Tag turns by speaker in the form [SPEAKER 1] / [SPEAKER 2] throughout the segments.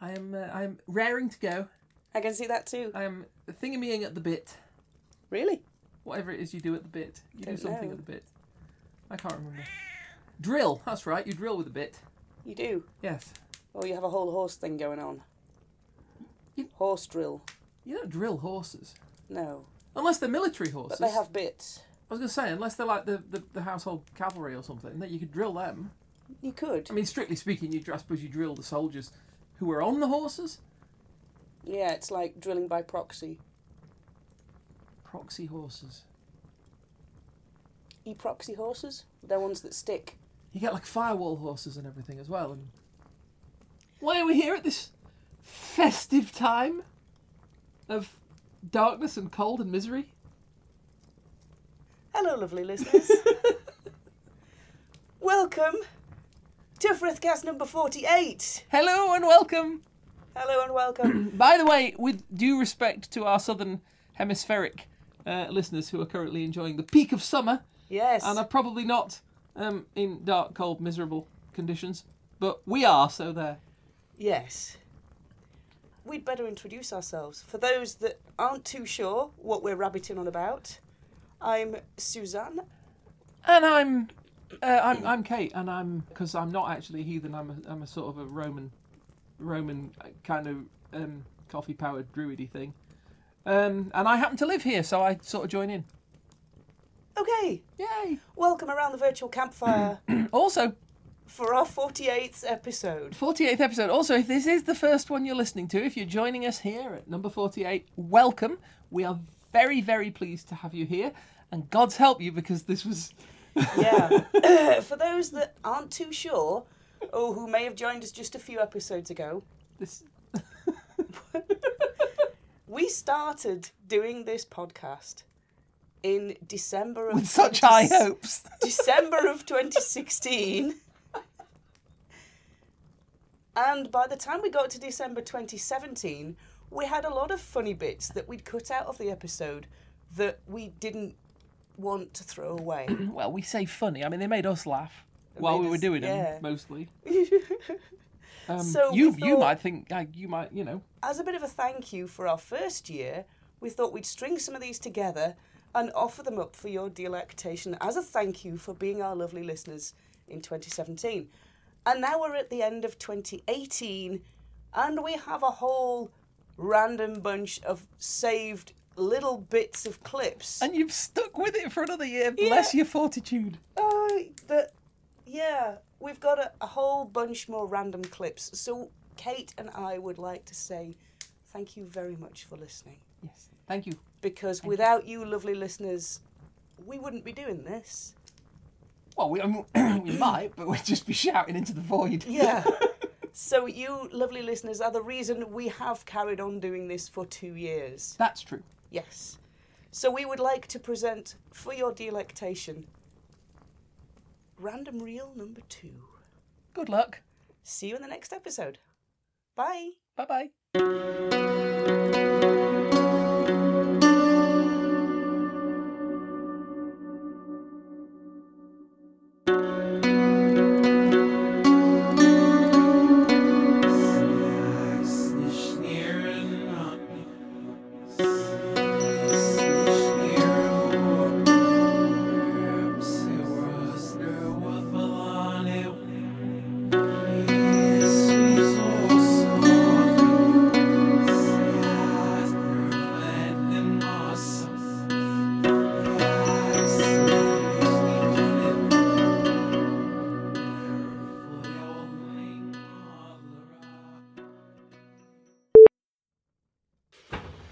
[SPEAKER 1] I am uh, I am raring to go.
[SPEAKER 2] I can see that too.
[SPEAKER 1] I am thingamying at the bit.
[SPEAKER 2] Really?
[SPEAKER 1] Whatever it is you do at the bit, you
[SPEAKER 2] Don't
[SPEAKER 1] do something
[SPEAKER 2] know.
[SPEAKER 1] at the bit. I can't remember. Drill. That's right. You drill with a bit.
[SPEAKER 2] You do?
[SPEAKER 1] Yes.
[SPEAKER 2] Or you have a whole horse thing going on?
[SPEAKER 1] You-
[SPEAKER 2] Horse drill.
[SPEAKER 1] You don't drill horses
[SPEAKER 2] No.
[SPEAKER 1] unless they're military horses.
[SPEAKER 2] But they have bits.
[SPEAKER 1] I was going to say unless they're like the, the, the household cavalry or something that you could drill them.
[SPEAKER 2] You could.
[SPEAKER 1] I mean, strictly speaking, you I suppose you drill the soldiers who were on the horses.
[SPEAKER 2] Yeah, it's like drilling by proxy.
[SPEAKER 1] Proxy horses.
[SPEAKER 2] E proxy horses? They're ones that stick.
[SPEAKER 1] You get like firewall horses and everything as well. And why are we here at this festive time of darkness and cold and misery?
[SPEAKER 2] Hello, lovely listeners. Welcome to Frithcast number 48.
[SPEAKER 1] Hello and welcome.
[SPEAKER 2] Hello and welcome.
[SPEAKER 1] By the way, with due respect to our southern hemispheric uh, listeners who are currently enjoying the peak of summer
[SPEAKER 2] yes.
[SPEAKER 1] and are probably not um, in dark, cold, miserable conditions, but we are, so there.
[SPEAKER 2] Yes. We'd better introduce ourselves. For those that aren't too sure what we're rabbiting on about, I'm Suzanne.
[SPEAKER 1] And I'm, uh, I'm, I'm Kate, and I'm because I'm not actually a heathen. I'm a, I'm a sort of a Roman, Roman uh, kind of um, coffee-powered druidy thing. Um, and I happen to live here, so I sort of join in.
[SPEAKER 2] Okay,
[SPEAKER 1] Yay!
[SPEAKER 2] welcome around the virtual campfire
[SPEAKER 1] Also,
[SPEAKER 2] for our 48th episode.
[SPEAKER 1] 48th episode. Also, if this is the first one you're listening to, if you're joining us here at number 48, welcome. We are very, very pleased to have you here, and God's help you because this was
[SPEAKER 2] Yeah. for those that aren't too sure, or who may have joined us just a few episodes ago,
[SPEAKER 1] this.
[SPEAKER 2] we started doing this podcast in December of
[SPEAKER 1] With such high
[SPEAKER 2] 20
[SPEAKER 1] hopes.
[SPEAKER 2] December of 2016. And by the time we got to December 2017, we had a lot of funny bits that we'd cut out of the episode that we didn't want to throw away.
[SPEAKER 1] Well, we say funny. I mean, they made us laugh while
[SPEAKER 2] made
[SPEAKER 1] we were
[SPEAKER 2] us-
[SPEAKER 1] doing
[SPEAKER 2] yeah.
[SPEAKER 1] them mostly. Um,
[SPEAKER 2] So we
[SPEAKER 1] you you
[SPEAKER 2] thought-
[SPEAKER 1] might think like, you might you know
[SPEAKER 2] As a bit of a thank you for our first year, we thought we'd string some of these together and offer them up for your delectation as a thank you for being our lovely listeners in 2017. And now we're at the end of 2018 and we have a whole random bunch of saved little bits of clips.
[SPEAKER 1] and you've stuck with it for another year. Bless your fortitude.
[SPEAKER 2] Uh, the, yeah, we've got a, a whole bunch more random clips. So Kate and I would like to say thank you very much for listening.
[SPEAKER 1] Yes, thank you.
[SPEAKER 2] because without you, lovely listeners, we wouldn't be doing this.
[SPEAKER 1] Well, we I mean, we might, but we'd just be shouting into the void.
[SPEAKER 2] Yeah. so, you, lovely listeners, are the reason we have carried on doing this for two years.
[SPEAKER 1] That's true.
[SPEAKER 2] Yes. So, we would like to present for your delectation random reel number two.
[SPEAKER 1] Good luck.
[SPEAKER 2] See you in the next episode. Bye.
[SPEAKER 1] Bye bye.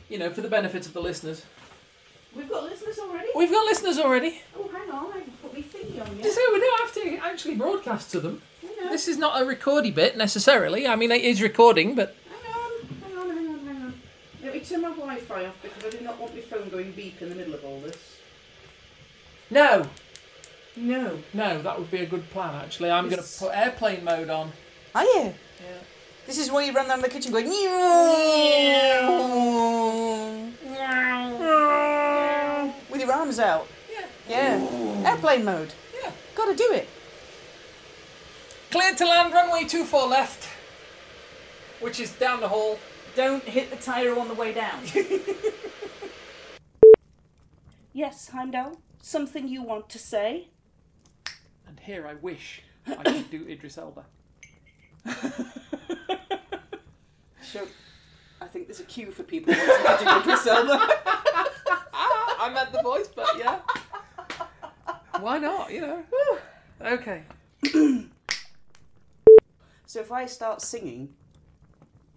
[SPEAKER 1] You know, for the benefit of the listeners,
[SPEAKER 3] We've got listeners already?
[SPEAKER 1] we've got listeners already.
[SPEAKER 3] Oh, hang on, I haven't put my thingy on
[SPEAKER 1] So
[SPEAKER 3] yet.
[SPEAKER 1] we don't have to actually broadcast to them.
[SPEAKER 3] Hang on,
[SPEAKER 1] This is not a recordy bit necessarily. I mean, it is recording, but
[SPEAKER 3] hang on, hang on, hang on, hang on. Let me turn my Wi-Fi off because I do not want my phone going beep in the middle of all this.
[SPEAKER 1] no,
[SPEAKER 3] No.
[SPEAKER 1] no, that would be a good plan actually. I'm going to put airplane mode on.
[SPEAKER 2] Are you?
[SPEAKER 1] Yeah.
[SPEAKER 2] This is why you run around the kitchen going. With your arms out.
[SPEAKER 1] Yeah.
[SPEAKER 2] Yeah. Airplane mode.
[SPEAKER 1] Yeah.
[SPEAKER 2] Gotta do it.
[SPEAKER 1] Cleared to land, runway 24 left. which is down the hall.
[SPEAKER 4] Don't hit the tyre on the way down.
[SPEAKER 2] Yes, Heimdall. Something you want to say?
[SPEAKER 1] And here I wish I could do Idris Elba.
[SPEAKER 2] Sure. I think there's a queue for people wanting to do Idris Elba. I meant the voice, but yeah.
[SPEAKER 1] Why not? You know. okay.
[SPEAKER 2] So if I start singing,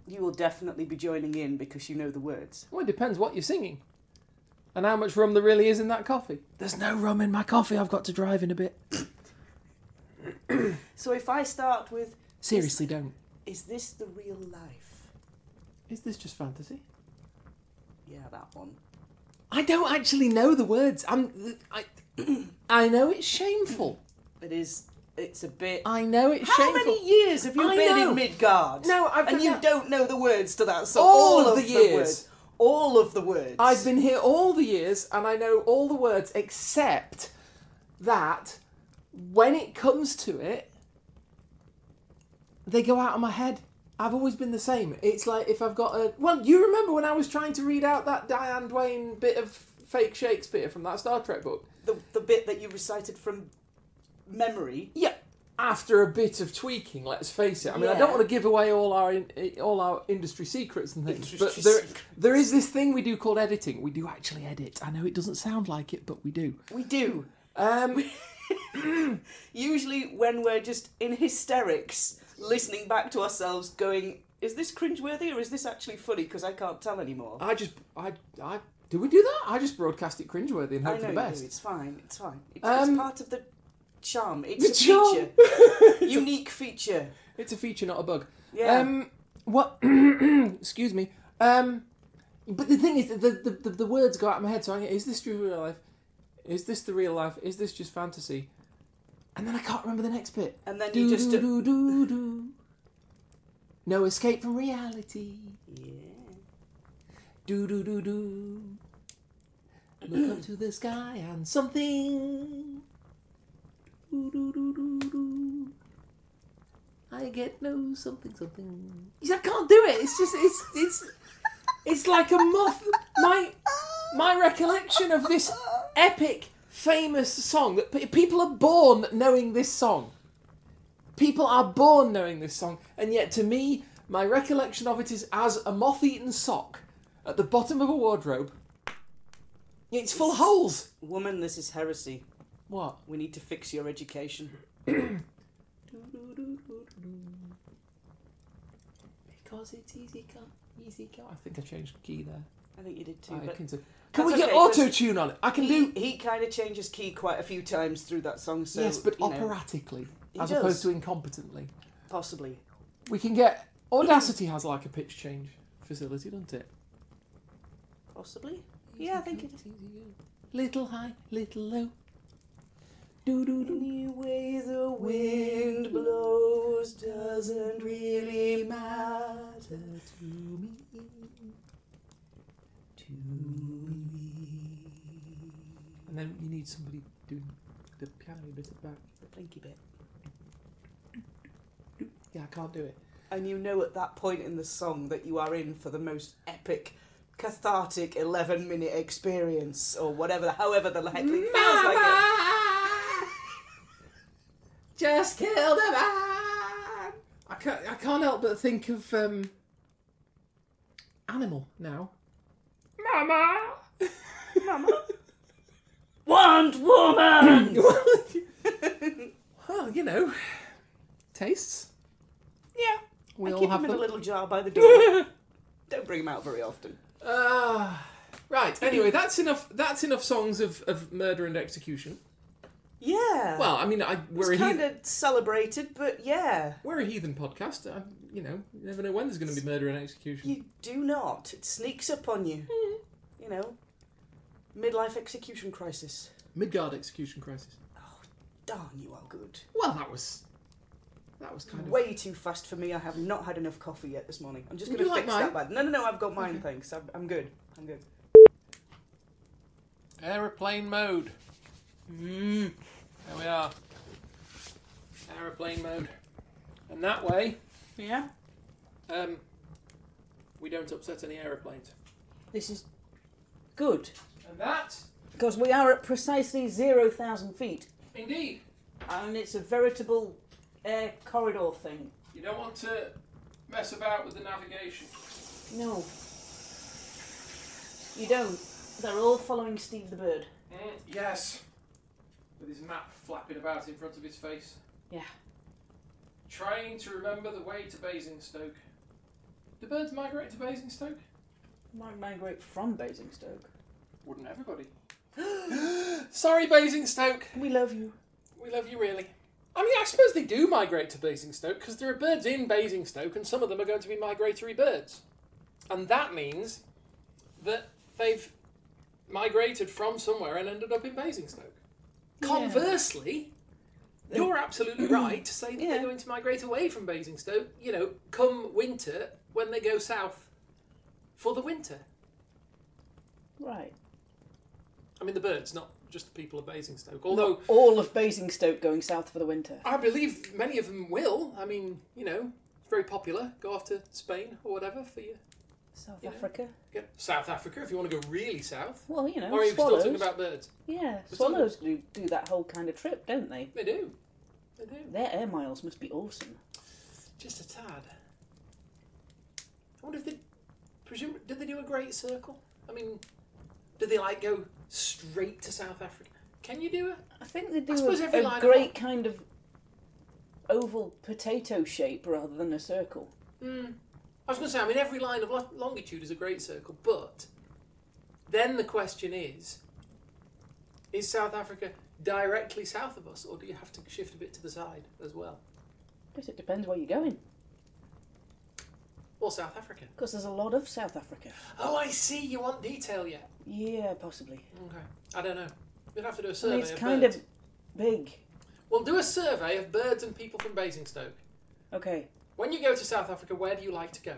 [SPEAKER 2] you will definitely be joining in because you know the words.
[SPEAKER 1] Well, it depends what you're singing, and how much rum there really is in that coffee. There's no rum in my coffee. I've got to drive in a bit.
[SPEAKER 2] So if I start with,
[SPEAKER 1] Seriously, don't.
[SPEAKER 2] is this the real life?
[SPEAKER 1] Is this just fantasy?
[SPEAKER 2] Yeah, that one.
[SPEAKER 1] I don't actually know the words. I'm. I, I know it's shameful.
[SPEAKER 2] It is. It's a bit.
[SPEAKER 1] I know it's
[SPEAKER 2] How
[SPEAKER 1] shameful.
[SPEAKER 2] many years have you
[SPEAKER 1] I
[SPEAKER 2] been
[SPEAKER 1] know.
[SPEAKER 2] in Midgard?
[SPEAKER 1] No, I've
[SPEAKER 2] and
[SPEAKER 1] done
[SPEAKER 2] you
[SPEAKER 1] that-
[SPEAKER 2] don't know the words to that song.
[SPEAKER 1] All of the years.
[SPEAKER 2] words. all of the words.
[SPEAKER 1] I've been here all the years and I know all the words except that when it comes to it, they go out of my head. I've always been the same. It's like if I've got a. Well, you remember when I was trying to read out that Diane Duane bit of fake Shakespeare from that Star Trek book?
[SPEAKER 2] the the bit that you recited from memory.
[SPEAKER 1] Yeah. After a bit of tweaking, let's face it. I mean, I
[SPEAKER 2] Yeah.
[SPEAKER 1] don't want to give away all our in, eh, all our industry secrets and things, but
[SPEAKER 2] Industry
[SPEAKER 1] there,
[SPEAKER 2] secrets.
[SPEAKER 1] there is this thing we do called editing. We do actually edit. I know it doesn't sound like it, but we do.
[SPEAKER 2] We do.
[SPEAKER 1] Um,
[SPEAKER 2] Usually when we're just in hysterics, listening back to ourselves, going, "Is this cringeworthy or is this actually funny?" Because I can't tell anymore.
[SPEAKER 1] I just, I, I, do we do that? I just broadcast it cringeworthy and
[SPEAKER 2] I
[SPEAKER 1] hope
[SPEAKER 2] know
[SPEAKER 1] for the
[SPEAKER 2] you do.
[SPEAKER 1] best.
[SPEAKER 2] It's fine. It's fine. It's,
[SPEAKER 1] Um,
[SPEAKER 2] it's part of the charm. It's a feature. Unique feature.
[SPEAKER 1] it's a feature, not a bug.
[SPEAKER 2] Yeah.
[SPEAKER 1] Um, what? excuse me. Um, but the thing is, that the, the, the the words go out of my head. So I get, is this just real life? Is this the real life? Is this just fantasy? And then I can't remember the next bit.
[SPEAKER 2] And then
[SPEAKER 1] Do
[SPEAKER 2] you just
[SPEAKER 1] do do do do. No escape from reality.
[SPEAKER 2] yeah.
[SPEAKER 1] Do do do do. Look up to the sky and something. Do do do do do. I get no something something. You see, I can't do it. It's just it's it's it's like a moth. My my recollection of this epic, famous song that pe- people are born knowing this song. People are born knowing this song, and yet to me, my recollection of it is as a moth-eaten sock at the bottom of a wardrobe. It's full of holes.
[SPEAKER 2] Woman, this is heresy.
[SPEAKER 1] What?
[SPEAKER 2] We need to fix your education.
[SPEAKER 1] Because it's easy come, easy go. I think I changed key there.
[SPEAKER 2] I think you did too.
[SPEAKER 1] I
[SPEAKER 2] but
[SPEAKER 1] can can
[SPEAKER 2] That's
[SPEAKER 1] we get
[SPEAKER 2] okay, 'cause
[SPEAKER 1] auto tune on it? I can
[SPEAKER 2] he
[SPEAKER 1] do.
[SPEAKER 2] he kind of changes key quite a few times through that song. So
[SPEAKER 1] yes, but
[SPEAKER 2] you know,
[SPEAKER 1] operatically,
[SPEAKER 2] He
[SPEAKER 1] as
[SPEAKER 2] does.
[SPEAKER 1] opposed to incompetently.
[SPEAKER 2] possibly.
[SPEAKER 1] We can get Audacity has like a pitch change facility, doesn't it?
[SPEAKER 2] Possibly? Yeah, I think it is.
[SPEAKER 1] Little high, little low. Do do do.
[SPEAKER 2] Any way the wind blows doesn't really matter to me. To me.
[SPEAKER 1] And then you need somebody doing the piano bit at the back.
[SPEAKER 2] The blinky bit.
[SPEAKER 1] Yeah, I can't do it.
[SPEAKER 2] And you know at that point in the song that you are in for the most epic, cathartic 11 minute experience or whatever, however the heck it feels like it.
[SPEAKER 1] just killed a man. I can't. I can't help but think of um, animal now. Mama. Mama.
[SPEAKER 2] Want woman!
[SPEAKER 1] well, you know, tastes.
[SPEAKER 2] yeah.
[SPEAKER 1] We
[SPEAKER 2] I
[SPEAKER 1] all
[SPEAKER 2] keep
[SPEAKER 1] have
[SPEAKER 2] him in a
[SPEAKER 1] them.
[SPEAKER 2] little jar by the door. Don't bring him out very often.
[SPEAKER 1] Ah, right. Anyway, that's enough. That's enough songs of, of murder and execution.
[SPEAKER 2] Yeah.
[SPEAKER 1] Well, I mean, I we're a
[SPEAKER 2] it's kind
[SPEAKER 1] heathen,
[SPEAKER 2] of celebrated, but yeah,
[SPEAKER 1] we're a heathen podcast. I, you know, you never know when there's going to be murder and execution.
[SPEAKER 2] you do not. It sneaks up on you. You know, midlife execution crisis.
[SPEAKER 1] Midgard execution crisis.
[SPEAKER 2] Darn, you are good.
[SPEAKER 1] Well, that was that was kind of.
[SPEAKER 2] Way too fast for me. I have not had enough coffee yet this morning. I'm just
[SPEAKER 1] Would
[SPEAKER 2] going to
[SPEAKER 1] you like
[SPEAKER 2] fix that
[SPEAKER 1] mine?
[SPEAKER 2] bad. No, no, no. I've got mine. Thanks. I'm, I'm good. I'm good.
[SPEAKER 1] Aeroplane mode. Mm. There we are. Aeroplane mode. And that way,
[SPEAKER 4] yeah.
[SPEAKER 1] um, we don't upset any aeroplanes.
[SPEAKER 5] This is good
[SPEAKER 1] And that,
[SPEAKER 5] because we are at precisely zero thousand feet,
[SPEAKER 1] indeed,
[SPEAKER 5] and it's a veritable air corridor thing.
[SPEAKER 1] you don't want to mess about with the navigation.
[SPEAKER 5] No, you don't. They're all following Steve the bird.
[SPEAKER 1] Mm, yes. With his map flapping about in front of his face.
[SPEAKER 5] Yeah.
[SPEAKER 1] Trying to remember the way to Basingstoke. Do birds migrate to Basingstoke?
[SPEAKER 5] Might migrate from Basingstoke.
[SPEAKER 1] Wouldn't everybody? Sorry, Basingstoke.
[SPEAKER 5] We love you.
[SPEAKER 1] We love you really. I mean, I suppose they do migrate to Basingstoke because there are birds in Basingstoke, and some of them are going to be migratory birds. And that means that they've migrated from somewhere and ended up in Basingstoke. Conversely, you're absolutely right to say that
[SPEAKER 5] Yeah.
[SPEAKER 1] they're going to migrate away from Basingstoke, you know, come winter when they go south for the winter.
[SPEAKER 5] Right.
[SPEAKER 1] I mean, the birds, not just the people of Basingstoke. Although,
[SPEAKER 5] All of Basingstoke going south for the winter.
[SPEAKER 1] I believe many of them will. I mean, you know, it's very popular. Go off to Spain or whatever for you.
[SPEAKER 5] South
[SPEAKER 1] You know.
[SPEAKER 5] Africa.
[SPEAKER 1] Get South Africa if you want to go really south.
[SPEAKER 5] Well, you know,
[SPEAKER 1] or are you still
[SPEAKER 5] swallows.
[SPEAKER 1] talking about birds?
[SPEAKER 5] yeah,
[SPEAKER 1] still-
[SPEAKER 5] swallows do, do that whole kind of trip, don't they?
[SPEAKER 1] They do. They do.
[SPEAKER 5] Their air miles must be awesome.
[SPEAKER 1] Just a tad. I wonder if they. Presume, did they do a great circle? I mean, did they like go straight to South Africa? Can you do it?
[SPEAKER 5] I think they do
[SPEAKER 1] suppose
[SPEAKER 5] a,
[SPEAKER 1] every
[SPEAKER 5] a
[SPEAKER 1] line of
[SPEAKER 5] great kind of oval potato shape rather than a circle.
[SPEAKER 1] Mm. I was going to say, I mean, every line of lo- longitude is a great circle, but then the question is is South Africa directly south of us, or do you have to shift a bit to the side as well?
[SPEAKER 5] Guess it depends where you're going,
[SPEAKER 1] Or South Africa?
[SPEAKER 5] because there's a lot of South Africa.
[SPEAKER 1] Oh, I see, you want detail yet.
[SPEAKER 5] Yeah, possibly.
[SPEAKER 1] Okay. I don't know. We'll have to do a
[SPEAKER 5] I
[SPEAKER 1] survey
[SPEAKER 5] mean, it's
[SPEAKER 1] of
[SPEAKER 5] kind
[SPEAKER 1] birds.
[SPEAKER 5] of big.
[SPEAKER 1] We'll do a survey of birds and people from Basingstoke.
[SPEAKER 5] Okay,
[SPEAKER 1] When you go to South Africa, where do you like to go?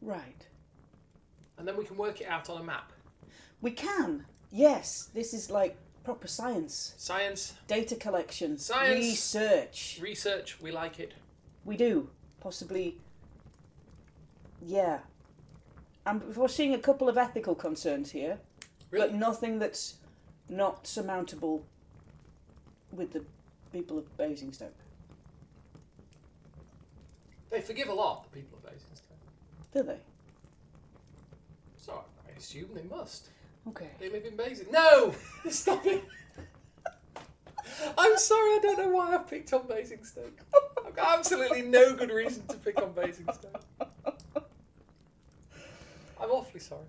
[SPEAKER 5] right.
[SPEAKER 1] And then we can work it out on a map.
[SPEAKER 5] We can. Yes, this is like proper science,
[SPEAKER 1] Science,
[SPEAKER 5] data collection,
[SPEAKER 1] Science.
[SPEAKER 5] research.
[SPEAKER 1] research, we like it.
[SPEAKER 5] We do. Possibly. Yeah. I'm foreseeing a couple of ethical concerns here,
[SPEAKER 1] Really?
[SPEAKER 5] but nothing that's not surmountable with the people of Basingstoke.
[SPEAKER 1] They forgive a lot, the people of Basingstoke.
[SPEAKER 5] Do they?
[SPEAKER 1] So I assume they must.
[SPEAKER 5] Okay.
[SPEAKER 1] They live in Basing. No! Stop it! I'm sorry, I don't know why I picked on Basingstoke. I've got absolutely no good reason to pick on Basingstoke. I'm awfully sorry.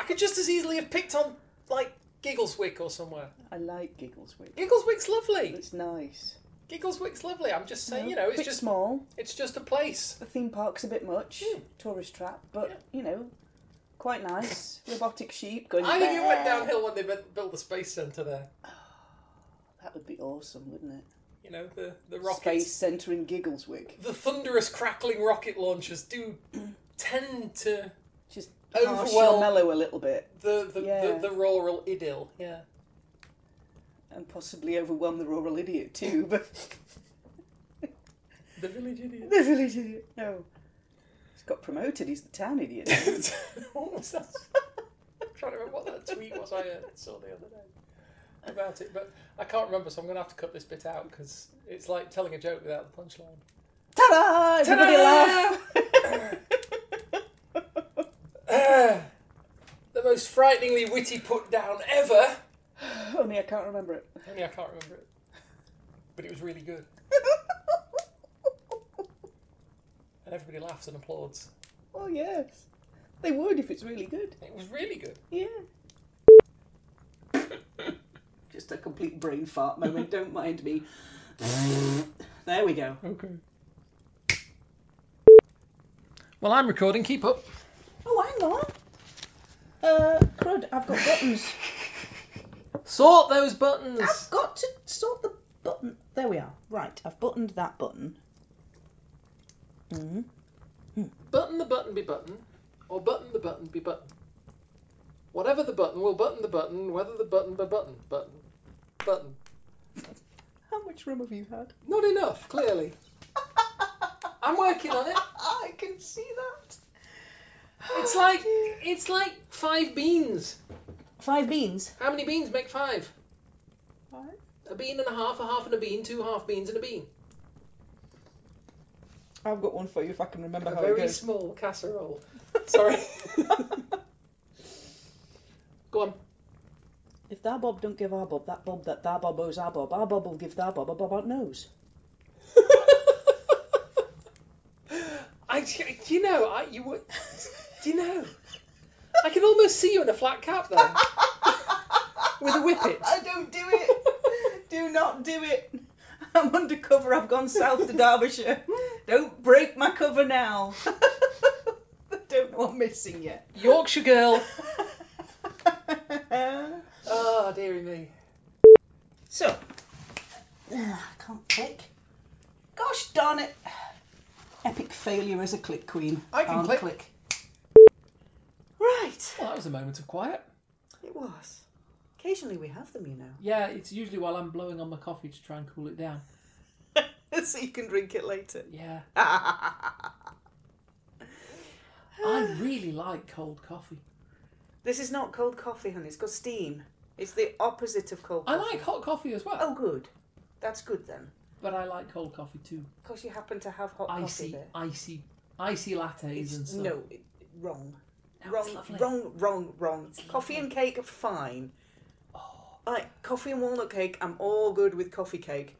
[SPEAKER 1] I could just as easily have picked on, like, Giggleswick or somewhere.
[SPEAKER 5] I like Giggleswick.
[SPEAKER 1] Giggleswick's lovely.
[SPEAKER 5] It's nice.
[SPEAKER 1] Giggleswick's lovely. I'm just saying,
[SPEAKER 5] No,
[SPEAKER 1] you know, it's
[SPEAKER 5] bit
[SPEAKER 1] just
[SPEAKER 5] small.
[SPEAKER 1] it's just a place.
[SPEAKER 5] The theme park's a bit much.
[SPEAKER 1] Yeah.
[SPEAKER 5] Tourist trap, but
[SPEAKER 1] Hmm. Yeah.
[SPEAKER 5] you know, quite nice. Robotic sheep going.
[SPEAKER 1] I think it went
[SPEAKER 5] "Bah."
[SPEAKER 1] downhill when they bu- built the space centre there.
[SPEAKER 5] That would be awesome, wouldn't it?
[SPEAKER 1] You know, the, the rockets.
[SPEAKER 5] Space Centre in Giggleswick.
[SPEAKER 1] the thunderous crackling rocket launchers do tend to
[SPEAKER 5] Just harsh your
[SPEAKER 1] overwhelm
[SPEAKER 5] mellow a little bit
[SPEAKER 1] the the,
[SPEAKER 5] Yeah.
[SPEAKER 1] the the rural idyll. Yeah.
[SPEAKER 5] and possibly overwhelm the rural idiot too, but
[SPEAKER 1] The village idiot.
[SPEAKER 5] the village idiot. No. He's got promoted, he's the town idiot.
[SPEAKER 1] what was that? I'm trying to remember what that tweet was I uh, saw the other day about it, but I can't remember, so I'm going to have to cut this bit out because it's like telling a joke without the punchline.
[SPEAKER 5] Ta-da! Everybody laugh.
[SPEAKER 1] Ah, the most frighteningly witty put down ever.
[SPEAKER 5] Only I can't remember it.
[SPEAKER 1] Only I can't remember it, but it was really good, and everybody laughs and applauds.
[SPEAKER 5] oh yes. They would if it's really good.
[SPEAKER 1] It was really good.
[SPEAKER 5] Yeah.
[SPEAKER 2] Just a complete brain fart moment. Don't mind me. there we go.
[SPEAKER 1] Okay. Well, I'm recording. Keep up.
[SPEAKER 5] Oh hang on. Uh crud, I've got buttons.
[SPEAKER 1] Sort those buttons.
[SPEAKER 5] I've got to sort the button. There we are. Right, I've buttoned that button. Mm.
[SPEAKER 1] Button the button be button, or button the button be button. Whatever the button, we'll button the button, whether the button be button, button, button.
[SPEAKER 5] How much room have you had?
[SPEAKER 1] Not enough, clearly.
[SPEAKER 6] I'm working on it.
[SPEAKER 2] I can see that.
[SPEAKER 6] It's like it's like five beans.
[SPEAKER 2] Five beans.
[SPEAKER 6] How many beans make five?
[SPEAKER 4] Five?
[SPEAKER 6] A bean and a half, a half and a bean, two half beans and a bean.
[SPEAKER 4] I've got one for you if I can remember
[SPEAKER 6] A
[SPEAKER 4] how it
[SPEAKER 6] very
[SPEAKER 4] goes.
[SPEAKER 6] small casserole. Sorry. Go on.
[SPEAKER 4] If that bob don't give our bob, that bob that that bob owes our bob, our bob will give that bob a bob out nose.
[SPEAKER 6] I, do you know, I, you would, do you know, I can almost see you in a flat cap then, with a whippet.
[SPEAKER 4] I don't do it. do not do it. I'm undercover. I've gone south to Derbyshire. Don't break my cover now. I don't know I'm missing yet.
[SPEAKER 6] Yorkshire girl. Oh, dearie me.
[SPEAKER 4] so, ah,
[SPEAKER 2] I can't click.
[SPEAKER 4] gosh darn it. Epic failure as a click queen.
[SPEAKER 6] I can
[SPEAKER 4] Can't
[SPEAKER 6] click.
[SPEAKER 2] Right.
[SPEAKER 1] Well, that was a moment of quiet.
[SPEAKER 2] It was. Occasionally we have them, you know.
[SPEAKER 1] Yeah, it's usually while I'm blowing on my coffee to try and cool it down.
[SPEAKER 2] so you can drink it later.
[SPEAKER 1] Yeah. I really like cold coffee.
[SPEAKER 2] This is not cold coffee, honey. It's got steam. It's the opposite of cold
[SPEAKER 1] I
[SPEAKER 2] coffee.
[SPEAKER 1] like hot coffee as well,
[SPEAKER 2] Oh, good. That's good then.
[SPEAKER 1] but I like cold coffee too.
[SPEAKER 2] Because you happen to have hot coffee
[SPEAKER 1] Icy,
[SPEAKER 2] there.
[SPEAKER 1] icy, icy lattes and
[SPEAKER 2] It's,
[SPEAKER 1] stuff.
[SPEAKER 2] no, it- wrong.
[SPEAKER 1] No, it's
[SPEAKER 2] wrong,
[SPEAKER 1] lovely.
[SPEAKER 2] wrong, wrong, wrong. Coffee and cake, fine.
[SPEAKER 1] Oh.
[SPEAKER 2] Like coffee and walnut cake, I'm all good with coffee cake,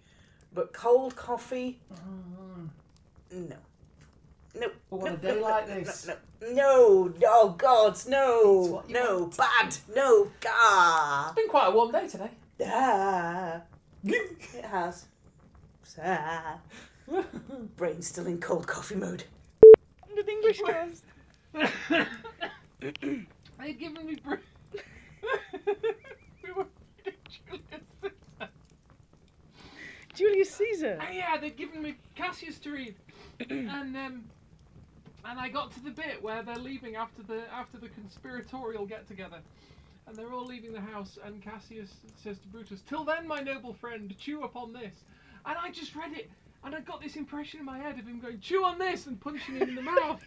[SPEAKER 2] but cold coffee, no, no.
[SPEAKER 1] Mm. But on
[SPEAKER 2] no,
[SPEAKER 1] a day
[SPEAKER 2] no,
[SPEAKER 1] like
[SPEAKER 2] no,
[SPEAKER 1] this-
[SPEAKER 2] no, no, no, no, oh God,
[SPEAKER 1] It's
[SPEAKER 2] no,
[SPEAKER 1] what you
[SPEAKER 2] no, bad, no, gah,
[SPEAKER 1] It's been quite a warm day today.
[SPEAKER 2] ah, it has. Ah. Brain's still in cold coffee mode.
[SPEAKER 1] They'd given me brew. we were Julius Caesar.
[SPEAKER 4] Julius Caesar.
[SPEAKER 1] Oh, yeah, they'd given me Cassius to read, and um, and I got to the bit where they're leaving after the after the conspiratorial get together, and they're all leaving the house, and Cassius says to Brutus, "Till then, my noble friend, chew upon this," and I just read it. And I got this impression in my head of him going, chew on this, and punching him in the mouth.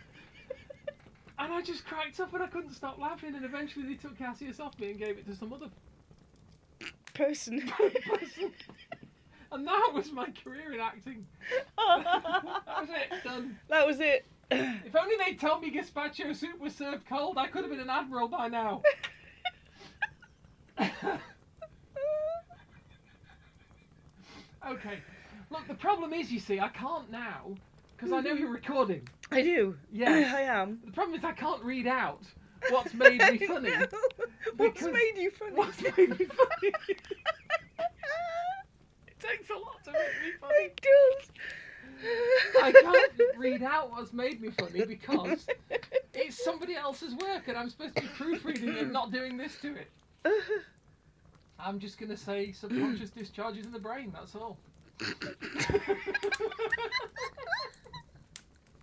[SPEAKER 1] And I just cracked up and I couldn't stop laughing. And eventually they took Cassius off me and gave it to some other
[SPEAKER 4] Person.
[SPEAKER 1] person. And that was my career in acting. That was it. Done.
[SPEAKER 4] that was it.
[SPEAKER 1] If only they'd told me gazpacho soup was served cold, I could have been an admiral by now. okay. Look, the problem is, you see, I can't now because I know you're recording.
[SPEAKER 4] I do.
[SPEAKER 1] Yes.
[SPEAKER 4] I am.
[SPEAKER 1] The problem is, I can't read out what's made me funny.
[SPEAKER 4] What's
[SPEAKER 1] because-
[SPEAKER 4] made you funny?
[SPEAKER 1] What's made me funny? it takes a lot to make me funny.
[SPEAKER 4] It does.
[SPEAKER 1] I can't read out what's made me funny because it's somebody else's work and I'm supposed to be proofreading and not doing this to it. I'm just going to say subconscious discharges in the brain, that's all. that's it.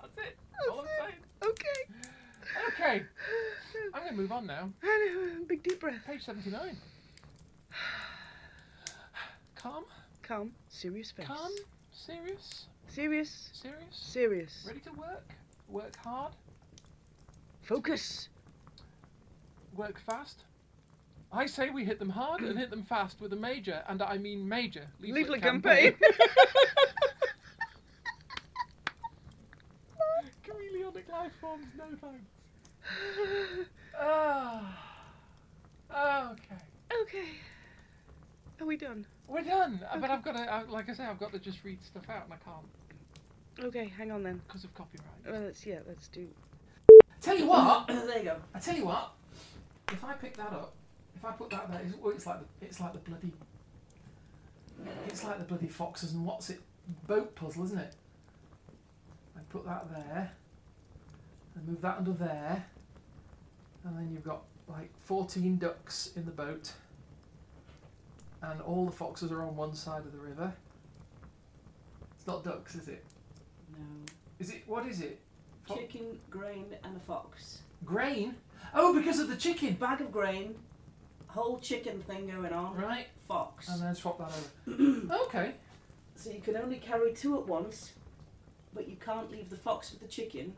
[SPEAKER 1] That's all I'm saying.
[SPEAKER 4] Okay.
[SPEAKER 1] Okay, I'm going to move on now.
[SPEAKER 4] I know. Big deep breath.
[SPEAKER 1] Page 79. Calm,
[SPEAKER 4] Calm. Serious face.
[SPEAKER 1] calm, serious,
[SPEAKER 4] Serious.
[SPEAKER 1] serious,
[SPEAKER 4] Serious.
[SPEAKER 1] ready to work, work hard,
[SPEAKER 4] Focus.
[SPEAKER 1] work fast. I say we hit them hard and hit them fast with a major, and I mean major leaflet,
[SPEAKER 4] Leaflet campaign.
[SPEAKER 1] Chameleonic life forms, no thanks. Ah, okay.
[SPEAKER 4] okay. Are we done?
[SPEAKER 1] We're done, Uh, but I've got to, I, like I say, I've got to just read stuff out, and I can't
[SPEAKER 4] Okay, hang on then.
[SPEAKER 1] because of copyright.
[SPEAKER 4] Well, let's yeah, let's do.
[SPEAKER 1] Tell you what,
[SPEAKER 2] there you go.
[SPEAKER 1] I tell you what. If I pick that up, if I put that there, it's, well, it's like the, it's like the bloody, it's like the bloody foxes and what's it boat puzzle, isn't it? I put that there, and move that under there, and then you've got like fourteen ducks in the boat, and all the foxes are on one side of the river. It's not ducks, is it?
[SPEAKER 5] No.
[SPEAKER 1] Is it what is it? Fo-
[SPEAKER 5] Chicken, grain, and a fox.
[SPEAKER 1] Grain? Oh, because of the chicken,
[SPEAKER 5] Bag of grain, whole chicken thing going on,
[SPEAKER 1] right?
[SPEAKER 5] fox.
[SPEAKER 1] And then swap that over. okay.
[SPEAKER 5] So you can only carry two at once, but you can't leave the fox with the chicken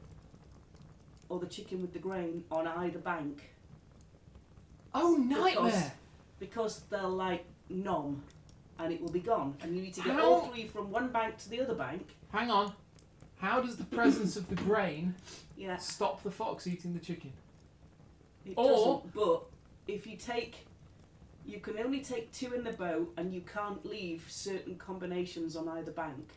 [SPEAKER 5] or the chicken with the grain on either bank
[SPEAKER 1] Oh,
[SPEAKER 5] because,
[SPEAKER 1] nightmare!
[SPEAKER 5] because they'll like nom and it will be gone and you need to get all
[SPEAKER 1] How-
[SPEAKER 5] three from one bank to the other bank
[SPEAKER 1] Hang on. How does the presence of the grain
[SPEAKER 5] yeah
[SPEAKER 1] stop the fox eating the chicken?
[SPEAKER 5] It
[SPEAKER 1] Or-
[SPEAKER 5] doesn't, but if you take, you can only take two in the boat, and you can't leave certain combinations on either bank.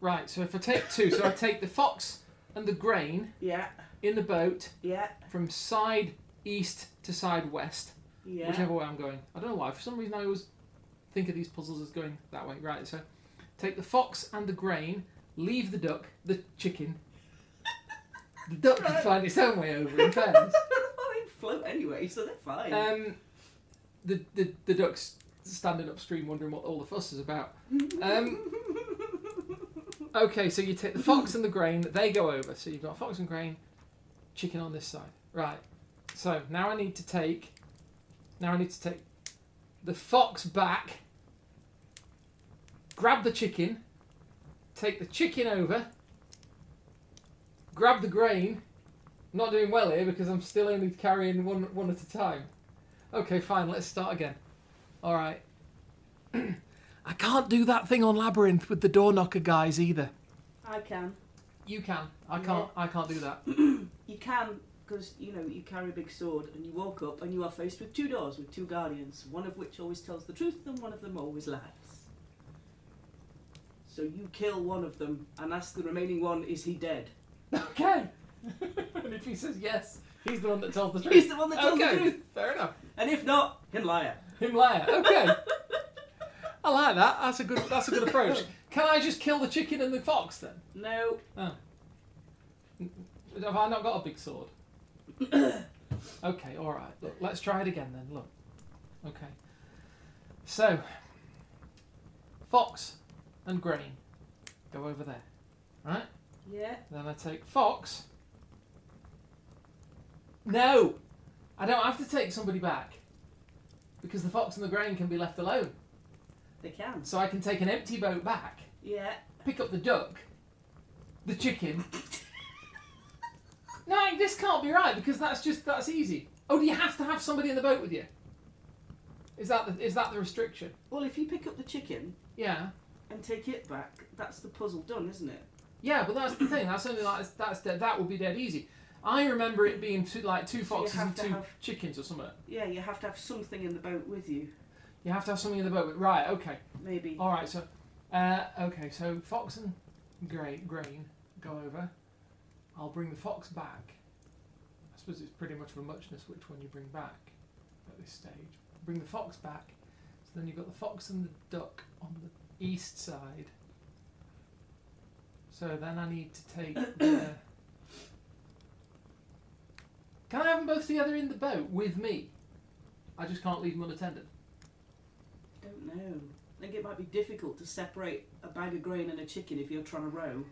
[SPEAKER 1] Right, so if I take two, so I take the fox and the grain
[SPEAKER 5] Yeah,
[SPEAKER 1] in the boat
[SPEAKER 5] yeah,
[SPEAKER 1] from side east to side west,
[SPEAKER 5] yeah.
[SPEAKER 1] whichever way I'm going. I don't know why. For some reason, I always think of these puzzles as going that way. Right, so take the fox and the grain, leave the duck, the chicken. The duck can find its own way over, in fairness.
[SPEAKER 5] they float anyway, so they're fine.
[SPEAKER 1] Um, the, the, the duck's standing upstream wondering what all the fuss is about. Um, okay, so you take the fox and the grain, they go over. So you've got fox and grain, chicken on this side. Right. So now I need to take. Now I need to take the fox back, grab the chicken, take the chicken over, grab the grain. Not doing well here because I'm still only carrying one one at a time. Okay, fine. Let's start again. All right. I can't do that thing on labyrinth with the door knocker guys either.
[SPEAKER 5] I can.
[SPEAKER 1] You can. I can't. I can't do that.
[SPEAKER 5] You can because you know you carry a big sword, and you walk up, and you are faced with two doors with two guardians, one of which always tells the truth, and one of them always lies. So you kill one of them and ask the remaining one, "Is he dead?"
[SPEAKER 1] Okay. and if he says yes, he's the one that tells the truth.
[SPEAKER 5] He's the one that tells
[SPEAKER 1] okay.
[SPEAKER 5] the truth.
[SPEAKER 1] Fair enough.
[SPEAKER 5] And if not, him liar.
[SPEAKER 1] Him liar. Okay. I like that. That's a good. That's a good approach. Can I just kill the chicken and the fox then?
[SPEAKER 5] No.
[SPEAKER 1] Have I not got a big sword? okay. All right. Look, let's try it again then. Look. Okay. So, fox and grain go over there. Right.
[SPEAKER 5] Yeah.
[SPEAKER 1] Then I take Fox. No! I don't have to take somebody back. Because the fox and the grain can be left alone.
[SPEAKER 5] They can.
[SPEAKER 1] So I can take an empty boat back,
[SPEAKER 5] Yeah.
[SPEAKER 1] pick up the duck, the chicken. no, this can't be right because that's just that's easy. Oh, do you have to have somebody in the boat with you? Is that the, is that the restriction?
[SPEAKER 5] Well, if you pick up the chicken
[SPEAKER 1] Yeah.
[SPEAKER 5] and take it back, that's the puzzle done, isn't it?
[SPEAKER 1] Yeah, but that's the thing. That's only like that's dead. that would be dead easy. I remember it being two, like two
[SPEAKER 5] So you
[SPEAKER 1] foxes
[SPEAKER 5] have
[SPEAKER 1] and
[SPEAKER 5] to
[SPEAKER 1] two
[SPEAKER 5] have-
[SPEAKER 1] chickens or something.
[SPEAKER 5] Yeah, you have to have something in the boat with you,
[SPEAKER 1] You have to have something in the boat. with- Right. Okay.
[SPEAKER 5] maybe.
[SPEAKER 1] All right. So, uh, okay. So fox and grain, grain go over. I'll bring the fox back. I suppose it's pretty much of a muchness which one you bring back at this stage. Bring the fox back. So then you've got the fox and the duck on the east side. So then I need to take the. Can I have them both together in the boat with me? I just can't leave them unattended.
[SPEAKER 5] Don't know. I think it might be difficult to separate a bag of grain and a chicken if you're trying to row.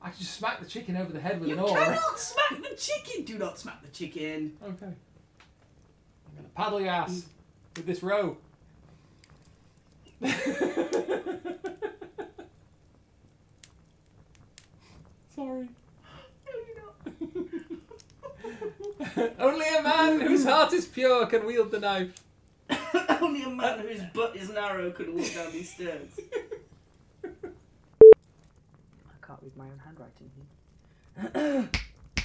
[SPEAKER 1] I could just smack the chicken over the head with
[SPEAKER 5] you
[SPEAKER 1] an oar.
[SPEAKER 5] cannot smack the chicken. Do not smack the chicken.
[SPEAKER 1] Okay. I'm gonna paddle your ass with this row. Sorry. Only a man whose heart is pure can wield the knife.
[SPEAKER 5] Only a man whose butt is narrow could walk down these stairs.
[SPEAKER 4] I can't read my own handwriting here.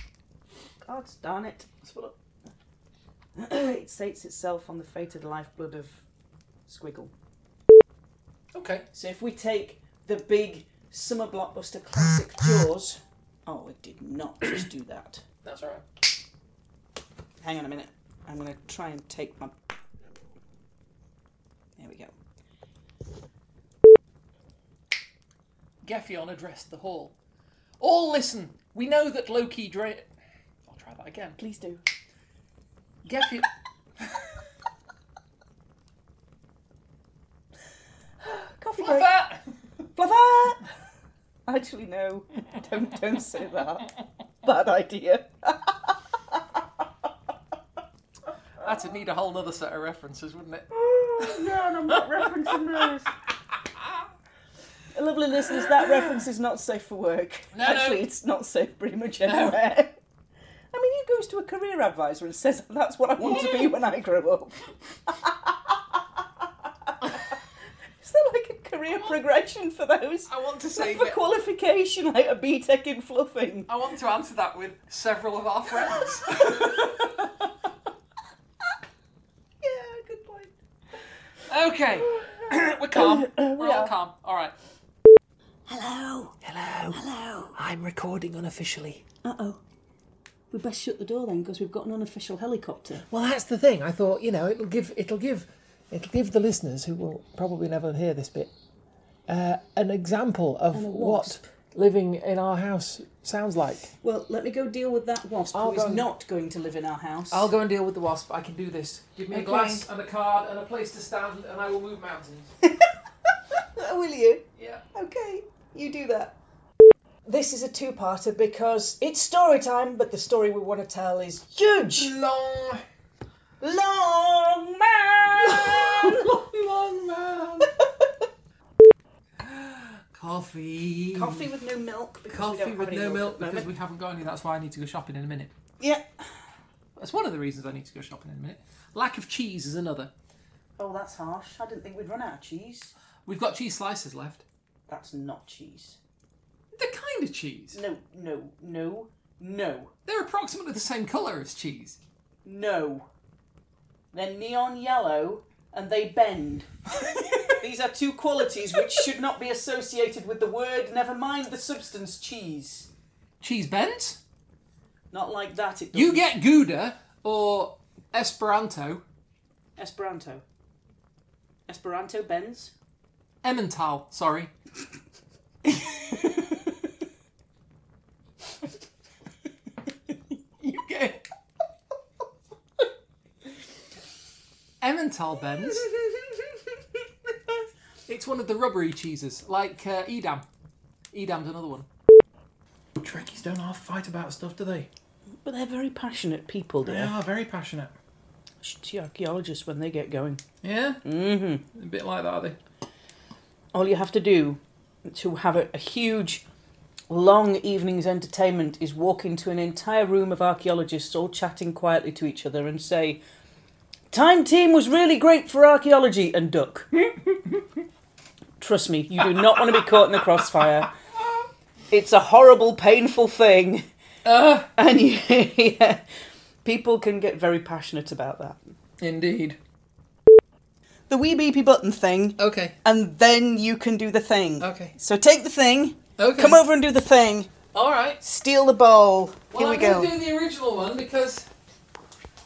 [SPEAKER 4] God darn it. Swallow. it sates itself on the fated lifeblood of Squiggle.
[SPEAKER 1] Okay.
[SPEAKER 4] So if we take the big summer blockbuster classic Jaws. Oh, it did not just do that.
[SPEAKER 1] That's alright.
[SPEAKER 4] Hang on a minute. I'm going to try and take my. There we go.
[SPEAKER 1] Geffion addressed the hall. All listen. We know that Loki dra- I'll try that again.
[SPEAKER 4] Please do.
[SPEAKER 1] Geffion.
[SPEAKER 4] Coffee break.
[SPEAKER 1] that?
[SPEAKER 4] Blather! Actually, no. Don't don't say that. Bad idea.
[SPEAKER 1] That'd need a whole nother set of references, wouldn't it?
[SPEAKER 4] no, I'm not referencing those.
[SPEAKER 2] lovely listeners, that reference is not safe for work.
[SPEAKER 1] No, no.
[SPEAKER 2] Actually, it's not safe pretty much anywhere. I mean, he goes to a career advisor and says, that's what I want to be when I grow up. is there like a career progression for those?
[SPEAKER 6] I want to say
[SPEAKER 2] For
[SPEAKER 6] that
[SPEAKER 2] qualification, like a BTEC in fluffing.
[SPEAKER 6] I want to answer that with several of our friends.
[SPEAKER 2] Yeah, good point.
[SPEAKER 6] okay, we're calm. We're all
[SPEAKER 2] are.
[SPEAKER 6] calm. All right.
[SPEAKER 5] Hello.
[SPEAKER 1] Hello. Oh, Hello. I'm recording unofficially.
[SPEAKER 5] Uh oh. We best shut the door then because we've got an unofficial helicopter.
[SPEAKER 1] Well, that's the thing. I thought you know it'll give it'll give it'll give the listeners who will probably never hear this bit uh, an example of
[SPEAKER 5] And a
[SPEAKER 1] what
[SPEAKER 5] wasp.
[SPEAKER 1] living in our house sounds like.
[SPEAKER 5] Well, let me go deal with that wasp
[SPEAKER 1] I'll
[SPEAKER 5] who is
[SPEAKER 1] go-
[SPEAKER 5] not going to live in our house.
[SPEAKER 1] I'll go and deal with the wasp. I can do this. Give me
[SPEAKER 5] Okay.
[SPEAKER 1] a glass and a card and a place to stand, and I will move mountains.
[SPEAKER 5] Oh,
[SPEAKER 2] will you?
[SPEAKER 1] Yeah.
[SPEAKER 2] Okay, you do that.
[SPEAKER 4] This is a two-parter because it's story time, but the story we want to tell is huge.
[SPEAKER 6] Long,
[SPEAKER 4] Long man.
[SPEAKER 6] long man.
[SPEAKER 1] Coffee.
[SPEAKER 5] Coffee with no milk. Because we
[SPEAKER 1] Coffee
[SPEAKER 5] don't
[SPEAKER 1] with
[SPEAKER 5] have any
[SPEAKER 1] no milk
[SPEAKER 5] at the
[SPEAKER 1] because we
[SPEAKER 5] moment.
[SPEAKER 1] haven't got any. That's why I need to go shopping in a minute.
[SPEAKER 5] Yeah.
[SPEAKER 1] That's one of the reasons I need to go shopping in a minute. Lack of cheese is another.
[SPEAKER 5] Oh, that's harsh. I didn't think we'd run out of cheese.
[SPEAKER 1] We've got cheese slices left.
[SPEAKER 5] That's not cheese.
[SPEAKER 1] They're kind of cheese.
[SPEAKER 5] No, no, no, no,
[SPEAKER 1] They're approximately the same colour as cheese.
[SPEAKER 5] no. They're neon yellow and they bend. These are two qualities which should not be associated with the word, never mind the substance cheese.
[SPEAKER 1] Cheese bends?
[SPEAKER 5] Not like that, it
[SPEAKER 1] You
[SPEAKER 5] doesn't.
[SPEAKER 1] get Gouda or Esperanto,
[SPEAKER 5] Esperanto. Esperanto bends?
[SPEAKER 1] Emmental, sorry. you get. Emmental bends. It's one of the rubbery cheeses, like uh, Edam. Edam's another one. Trekkies don't half fight about stuff, do they?
[SPEAKER 5] But they're very passionate people, dear.
[SPEAKER 1] are very passionate.
[SPEAKER 5] The archaeologists when they get going.
[SPEAKER 1] Yeah?
[SPEAKER 5] Mm-hmm.
[SPEAKER 1] A bit like that, are they?
[SPEAKER 5] all you have to do to have a, a huge long evening's entertainment is walk into an entire room of archaeologists all chatting quietly to each other and say time team was really great for archaeology and duck trust me you do not want to be caught in the crossfire it's a horrible painful thing
[SPEAKER 1] Uh,
[SPEAKER 5] and you, yeah, people can get very passionate about that
[SPEAKER 1] indeed.
[SPEAKER 2] The wee beepy button thing,
[SPEAKER 1] Okay,
[SPEAKER 2] and then you can do the thing.
[SPEAKER 1] okay,
[SPEAKER 2] So take the thing,
[SPEAKER 1] okay.
[SPEAKER 2] come over and do the thing,
[SPEAKER 1] Alright.
[SPEAKER 2] steal the bowl.
[SPEAKER 1] Well,
[SPEAKER 2] Here we
[SPEAKER 1] I'm
[SPEAKER 2] go.
[SPEAKER 1] going to do the original one because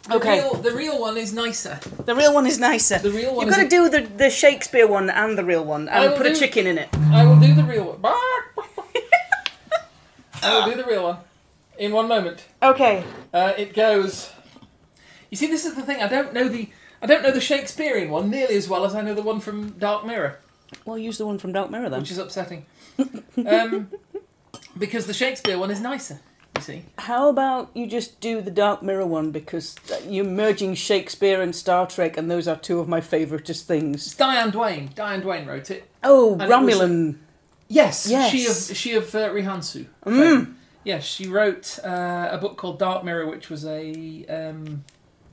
[SPEAKER 1] the,
[SPEAKER 2] Okay.
[SPEAKER 1] real, the real one is nicer.
[SPEAKER 2] The real one is nicer.
[SPEAKER 1] The real one
[SPEAKER 2] You've got to
[SPEAKER 1] is-
[SPEAKER 2] do the, the Shakespeare one and the real one,
[SPEAKER 1] I
[SPEAKER 2] and
[SPEAKER 1] will
[SPEAKER 2] put a
[SPEAKER 1] do-
[SPEAKER 2] chicken in it.
[SPEAKER 1] I will do the real one. I will do the real one in one moment.
[SPEAKER 2] Okay.
[SPEAKER 1] Uh, it goes. You see, this is the thing. I don't know the I don't know the Shakespearean one nearly as well as I know the one from Dark Mirror,
[SPEAKER 5] well use the one from dark mirror then
[SPEAKER 1] which is upsetting. um, because the Shakespeare one is nicer. You see.
[SPEAKER 5] How about you just do the Dark Mirror one because you're merging Shakespeare and Star Trek, and those are two of my favouriteest things.
[SPEAKER 1] It's Diane Duane. Diane Duane wrote it.
[SPEAKER 5] Oh,
[SPEAKER 1] And it
[SPEAKER 5] Romulan.
[SPEAKER 1] Yes,
[SPEAKER 5] Yes. Mm.
[SPEAKER 1] she of she of uh, Rihansu. fame. Yes, she wrote uh, a book called Dark Mirror, which was a um,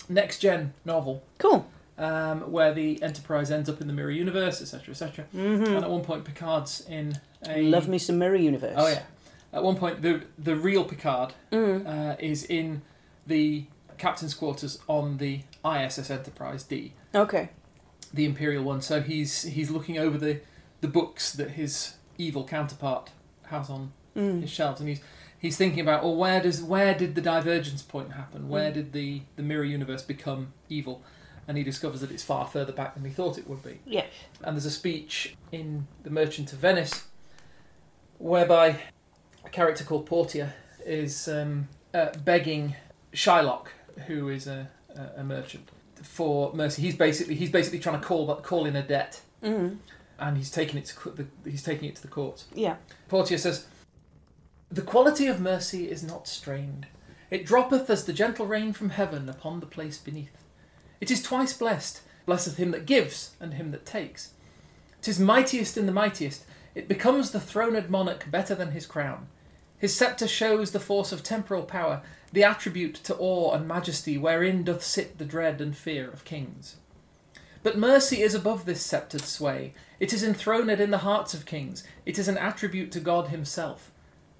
[SPEAKER 1] next gen novel
[SPEAKER 5] Cool.
[SPEAKER 1] um, where the Enterprise ends up in the Mirror Universe, etc., etc. And at one point, Picard's in a
[SPEAKER 5] Hmm. Love me some Mirror Universe.
[SPEAKER 1] Oh yeah. At one point, the the real Picard
[SPEAKER 2] Mm,
[SPEAKER 1] uh, is in the captain's quarters on the ISS Enterprise D,
[SPEAKER 5] Okay.
[SPEAKER 1] the Imperial one. So he's he's looking over the the books that his evil counterpart has on
[SPEAKER 2] Mm.
[SPEAKER 1] his shelves, and he's he's thinking about well, where does where did the divergence point happen? Where did the the mirror universe become evil? And he discovers that it's far further back than he thought it would be.
[SPEAKER 5] Yeah.
[SPEAKER 1] And there's a speech in The Merchant of Venice whereby a character called Portia is um, uh, begging Shylock, who is a, a, a merchant, for mercy. He's basically he's basically trying to call call in a debt,
[SPEAKER 5] Mm.
[SPEAKER 1] and he's taking it to co- the, he's taking it to the courts.
[SPEAKER 5] Yeah.
[SPEAKER 1] Portia says, The quality of mercy is not strained. It droppeth as the gentle rain from heaven upon the place beneath. It is twice blessed, blesseth him that gives and him that takes. Tis mightiest in the mightiest, It becomes the throned monarch better than his crown. His sceptre shows the force of temporal power, the attribute to awe and majesty wherein doth sit the dread and fear of kings. But mercy is above this sceptred sway. It is enthroned in the hearts of kings. It is an attribute to God himself.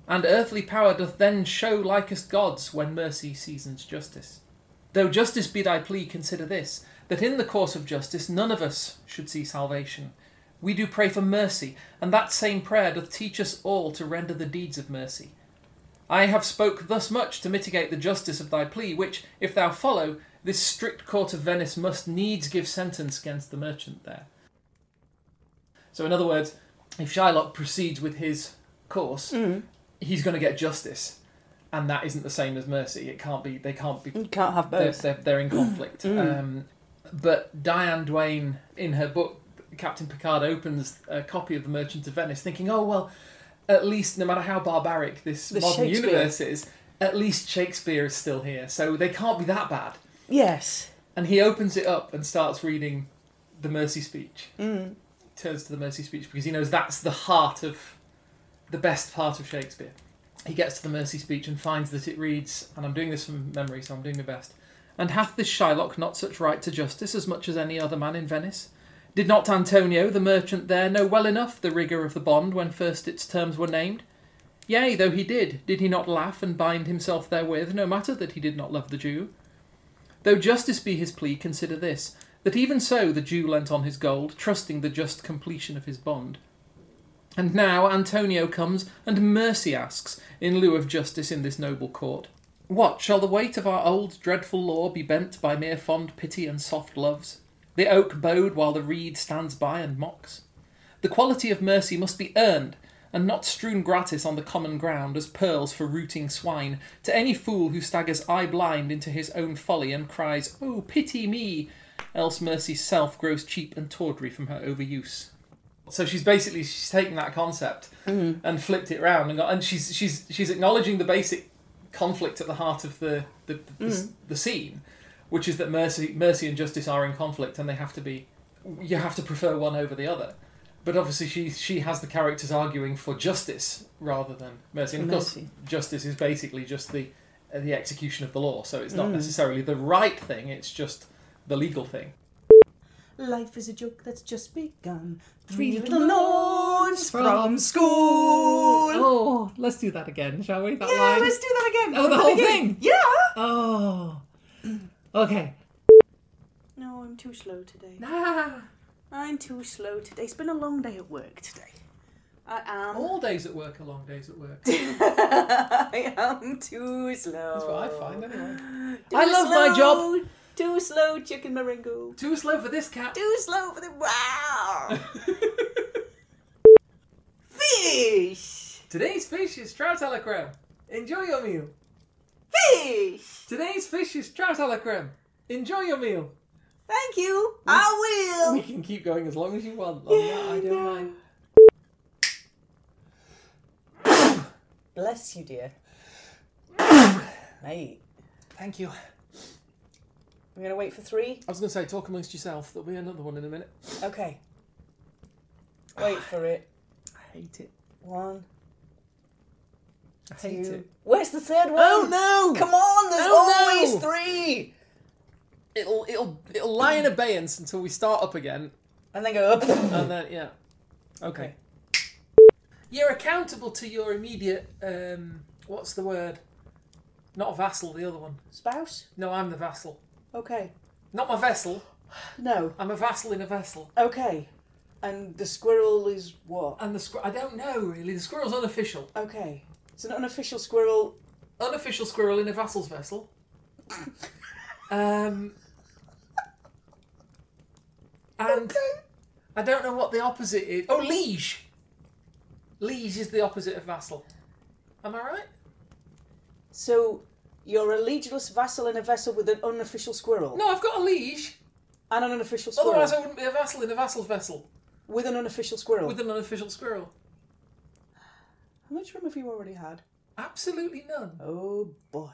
[SPEAKER 1] And earthly power doth then show likest God's when mercy seasons justice. Though justice be thy plea, consider this that in the course of justice none of us should see salvation. We do pray for mercy, and that same prayer doth teach us all to render the deeds of mercy. I have spoke thus much to mitigate the justice of thy plea, which, if thou follow, this strict court of Venice must needs give sentence against the merchant there. So, in other words, if Shylock proceeds with his course, he's going to get justice, and that isn't the same as mercy. It can't be. They can't be
[SPEAKER 5] You can't have
[SPEAKER 1] they're,
[SPEAKER 5] both. Mm.
[SPEAKER 1] they're, they're in conflict. um, but Diane Duane, in her book, Captain Picard opens a copy of The Merchant of Venice, thinking, oh, well, at least no matter how barbaric this
[SPEAKER 5] The
[SPEAKER 1] modern
[SPEAKER 5] Shakespeare.
[SPEAKER 1] universe is, at least Shakespeare is still here, so they can't be that bad.
[SPEAKER 5] Yes.
[SPEAKER 1] And he opens it up and starts reading the Mercy Speech. Turns to the Mercy Speech because he knows that's the heart of the best part of Shakespeare. He gets to the Mercy Speech and finds that it reads, and I'm doing this from memory, so I'm doing my best. And hath this Shylock not such right to justice as much as any other man in Venice? Did not Antonio, the merchant there, know well enough the rigour of the bond when first its terms were named? Yea, though he did, did he not laugh and bind himself therewith, no matter that he did not love the Jew? Though justice be his plea, consider this that even so the Jew lent on his gold, trusting the just completion of his bond. And now Antonio comes and mercy asks, in lieu of justice in this noble court. What, shall the weight of our old dreadful law be bent by mere fond pity and soft loves? The oak bowed while the reed stands by and mocks? The quality of mercy must be earned, and not strewn gratis on the common ground as pearls for rooting swine, to any fool who staggers eye blind into his own folly and cries, Oh, pity me! Else mercy's self grows cheap and tawdry from her overuse. So she's basically she's taken that concept and flipped it round and got, and she's she's she's acknowledging the basic conflict at the heart of the the, the, the, scene, which is that mercy mercy and justice are in conflict and they have to be you have to prefer one over the other. But obviously, she she has the characters arguing for justice rather than mercy. And of course,
[SPEAKER 5] Mercy.
[SPEAKER 1] justice is basically just the uh, the execution of the law. So it's
[SPEAKER 2] Mm.
[SPEAKER 1] not necessarily the right thing; it's just the legal thing.
[SPEAKER 2] Life is a joke that's just begun.
[SPEAKER 1] Mm.
[SPEAKER 2] Three little lords Mm. from school.
[SPEAKER 1] Oh, let's do that again, shall we? That
[SPEAKER 2] Yeah, let's do that again.
[SPEAKER 1] Oh,
[SPEAKER 2] from
[SPEAKER 1] the whole
[SPEAKER 2] beginning.
[SPEAKER 1] thing?
[SPEAKER 2] Yeah.
[SPEAKER 1] Oh, okay.
[SPEAKER 2] No, I'm too slow today. I'm too slow today. It's been a long day at work today. I am.
[SPEAKER 1] All days at work are long days at work.
[SPEAKER 2] I am too slow.
[SPEAKER 1] That's what I find anyway.
[SPEAKER 2] Too
[SPEAKER 1] I love my
[SPEAKER 2] slow, Too slow, chicken maringo.
[SPEAKER 1] Too slow for this cat.
[SPEAKER 2] Too slow for the wow. Fish.
[SPEAKER 1] Today's fish is trout a la creme. Enjoy your meal.
[SPEAKER 2] Fish.
[SPEAKER 1] Today's fish is trout a la creme. Enjoy your meal.
[SPEAKER 2] Thank you.
[SPEAKER 1] Mm.
[SPEAKER 2] I will.
[SPEAKER 1] We can keep going as long as you want. On that, I don't mind.
[SPEAKER 2] Bless you, dear. Mate,
[SPEAKER 1] Thank you. I
[SPEAKER 2] we're gonna wait for three.
[SPEAKER 1] was going to say, talk amongst yourself. There'll be another one in a minute.
[SPEAKER 2] Okay. Wait for it.
[SPEAKER 1] I hate it.
[SPEAKER 2] One,
[SPEAKER 1] I hate
[SPEAKER 2] two.
[SPEAKER 1] it. Oh,
[SPEAKER 2] Where's the third one?
[SPEAKER 1] no!
[SPEAKER 2] Come on, there's
[SPEAKER 1] Oh,
[SPEAKER 2] always
[SPEAKER 1] no.
[SPEAKER 2] three.
[SPEAKER 1] It'll it'll it'll lie in abeyance until we start up again,
[SPEAKER 2] And then go up.
[SPEAKER 1] and then yeah. Okay. You're accountable to your immediate um what's the word? Not vassal, the other one.
[SPEAKER 2] Spouse.
[SPEAKER 1] No, I'm the vassal.
[SPEAKER 2] Okay.
[SPEAKER 1] Not my vessel.
[SPEAKER 2] No.
[SPEAKER 1] I'm a vassal in a vessel.
[SPEAKER 2] Okay. And the squirrel is what?
[SPEAKER 1] And the squirrel, I don't know really. The squirrel's unofficial.
[SPEAKER 2] Okay. It's an unofficial squirrel.
[SPEAKER 1] Unofficial squirrel in a vassal's vessel. um. And I don't know what the opposite is. Oh, liege. Liege is the opposite of vassal. Am I right?
[SPEAKER 2] So you're a liegeless vassal in a vessel with an unofficial squirrel.
[SPEAKER 1] No, I've got a liege.
[SPEAKER 2] And an unofficial squirrel.
[SPEAKER 1] Otherwise, I wouldn't be Oh, a vassal in a vassal's vessel
[SPEAKER 2] With an unofficial squirrel.
[SPEAKER 1] with an unofficial squirrel.
[SPEAKER 2] How much room have you already had?
[SPEAKER 1] Absolutely none.
[SPEAKER 2] Oh boy.